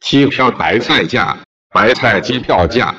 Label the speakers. Speaker 1: 机票白菜价，白菜机票价